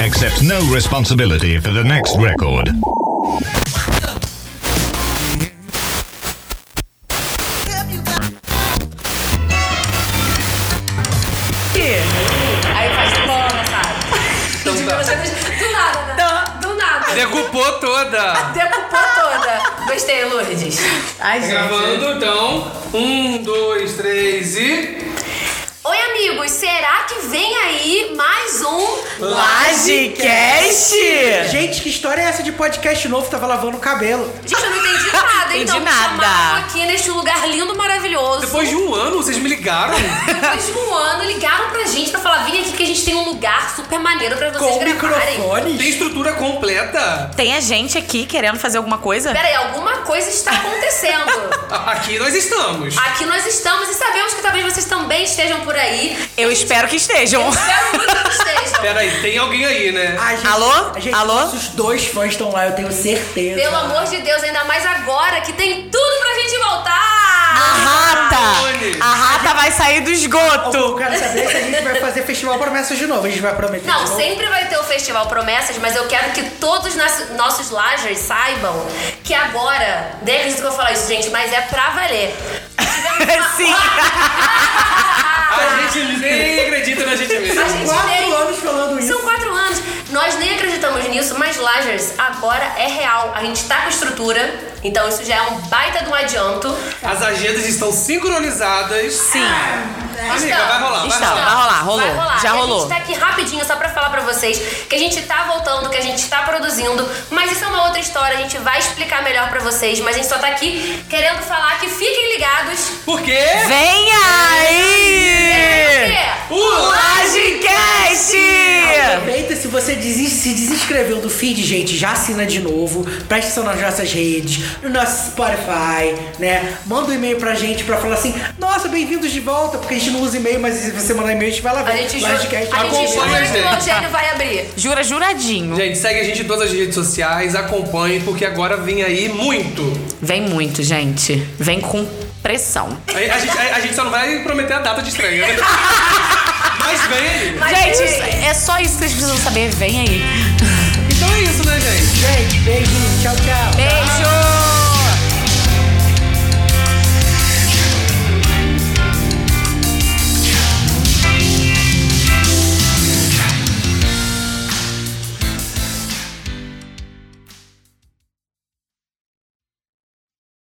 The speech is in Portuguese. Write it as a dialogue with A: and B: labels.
A: accept no responsibility for the next record.
B: Aí faz bola, sabe?
C: Então
B: Tipo,
C: tá.
B: você fez- Do nada, né? Do nada.
C: Decupou toda.
B: Decupou toda. Gostei, Lourdes. Ai, gente.
C: Gravando, então. Um, dois, três e.
B: Oi, amigos. Será que vem aí mais um...
D: Lagecast!
E: Gente, que história é essa de podcast novo? Tava lavando o cabelo.
B: Gente, eu não entendi nada,
D: Entendi
B: então me
D: nada.
B: chamaram aqui neste lugar lindo, maravilhoso.
C: Depois de um ano, vocês me ligaram.
B: Depois de um ano, ligaram pra gente pra falar, vem aqui que a gente tem um lugar super maneiro pra vocês
E: Com
B: gravarem.
C: Tem
E: microfones.
C: estrutura completa.
D: Tem a gente aqui querendo fazer alguma coisa?
B: Pera aí, alguma coisa está acontecendo.
C: A- Aqui nós estamos.
B: Aqui nós estamos e sabemos que talvez vocês também estejam por aí.
D: Eu espero que estejam.
B: Espero muito que estejam.
C: Peraí, tem alguém aí, né?
E: A Ah, gente-
D: Alô?
E: a gente-
D: Alô?
E: Nossos dois fãs estão lá, eu tenho certeza.
B: Pelo amor de Deus, ainda mais agora que tem tudo pra gente voltar!
D: A rata! A rata vai sair do
E: Eu
D: esgoto!
E: quero saber se a gente vai fazer Festival Promessas de novo. A gente vai prometer de
B: Não,
E: novo.
B: sempre vai ter o Festival Promessas, mas eu quero que todos nas- nossos lajers saibam que agora, nem acredito que eu vou falar isso, gente, mas é pra valer.
D: Sim!
C: A gente nem acredita na gente mesmo.
B: A gente
E: Quatro
B: tem-
E: anos falando isso.
B: São quatro anos. Nós nem acreditamos nisso, mas Lajers agora é real. A gente tá com estrutura, então isso já é um baita de um adianto.
C: As agendas estão sincronizadas. Ah,
D: Sim!
C: É. Amiga, vai rolar, vai
D: Está.
C: rolar.
D: Vai rolar, rolou.
B: Vai rolar.
D: Já
B: E A
D: rolou.
B: gente tá aqui rapidinho só pra falar pra vocês que a gente tá voltando, que a gente tá produzindo, mas isso é uma outra história, a gente vai explicar melhor pra vocês, mas a gente só tá aqui querendo falar que fiquem ligados.
C: Por quê?
D: Vem aí!
B: Porque
C: O
B: É.
D: Lagecast!
E: Aproveita, se você desis- se desinscreveu do feed, gente, já assina de novo. Presta atenção nas nossas redes, no nosso Spotify, né? Manda um e-mail pra gente pra falar assim: nossa, bem-vindos de volta, porque a gente não usa e-mail, mas se você mandar e-mail, a gente vai lá ver.
B: a gente jura,
E: Lagecast.
B: a gente
C: Acompanha
B: jura
C: a
B: que o
C: gente.
B: Eugênio vai abrir.
D: Jura juradinho.
C: Gente, segue a gente em todas as redes sociais, acompanhe, porque agora vem aí muito.
D: Vem muito, gente. Vem com pressão.
C: A, a gente, a- a gente só não vai prometer a data de estreia, né? Mas vem aí.
B: Mas
D: gente,
B: vem aí.
D: é só isso que vocês precisam saber. Vem aí.
C: Então é isso, né, gente?
E: Gente, beijo, tchau, tchau.
D: Beijo!